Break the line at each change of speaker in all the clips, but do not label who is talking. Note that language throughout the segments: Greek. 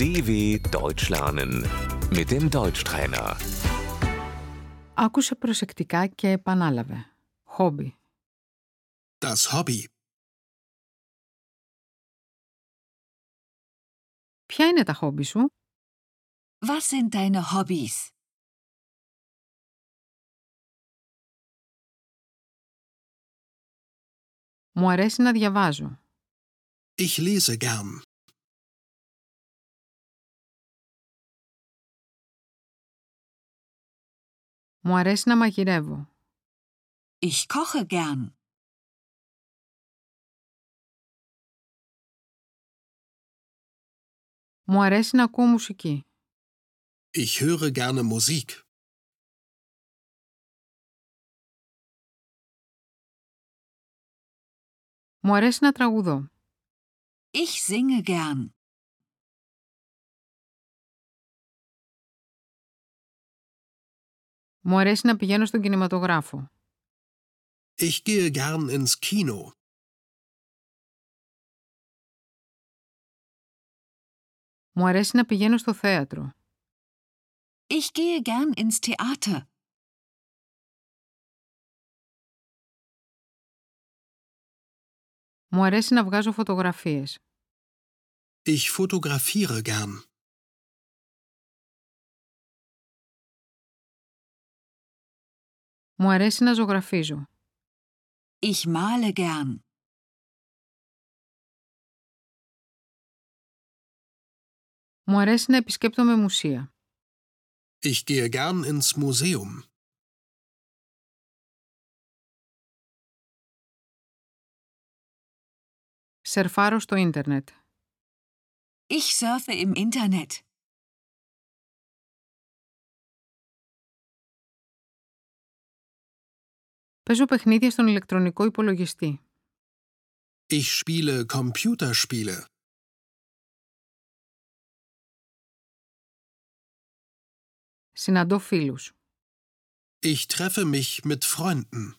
DW Deutsch lernen mit dem Deutschtrainer.
Άκουσε προσεκτικά και επανάλαβε. Χόμπι.
Das Hobby.
Ποια είναι τα χόμπι σου?
Was sind deine Hobbys?
Μου αρέσει να διαβάζω.
Ich lese gern.
Μου αρέσει να μαγειρεύω.
Ich koche gern.
Μου αρέσει να ακούω μουσική.
Ich höre gerne Musik.
Μου αρέσει να τραγουδώ.
Ich singe gern.
Μου αρέσει να πηγαίνω στον κινηματογράφο.
Ich gehe gern ins Kino.
Μου αρέσει να πηγαίνω στο θέατρο.
Ich gehe gern ins Theater.
Μου αρέσει να βγάζω φωτογραφίες.
Ich fotografiere gern.
Μου αρέσει να ζωγραφίζω.
Ich male gern.
Μου αρέσει να επισκέπτομαι μουσεία.
Ich gehe gern ins Museum.
Σερφάρω στο ίντερνετ.
Ich surfe im Internet.
Παίζω παιχνίδια στον ηλεκτρονικό υπολογιστή.
Ich spiele Computerspiele.
Συναντώ φίλους.
Ich treffe mich mit Freunden.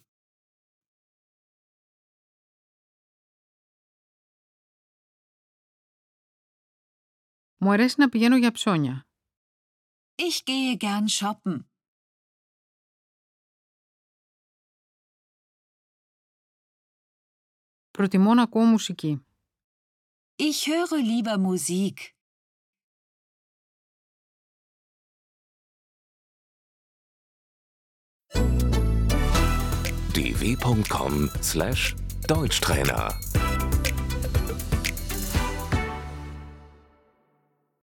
Μου αρέσει να πηγαίνω για ψώνια.
Ich gehe gern shoppen.
Προτιμώ να ακούω μουσική.
Ich höre lieber Musik.
dw.com/deutschtrainer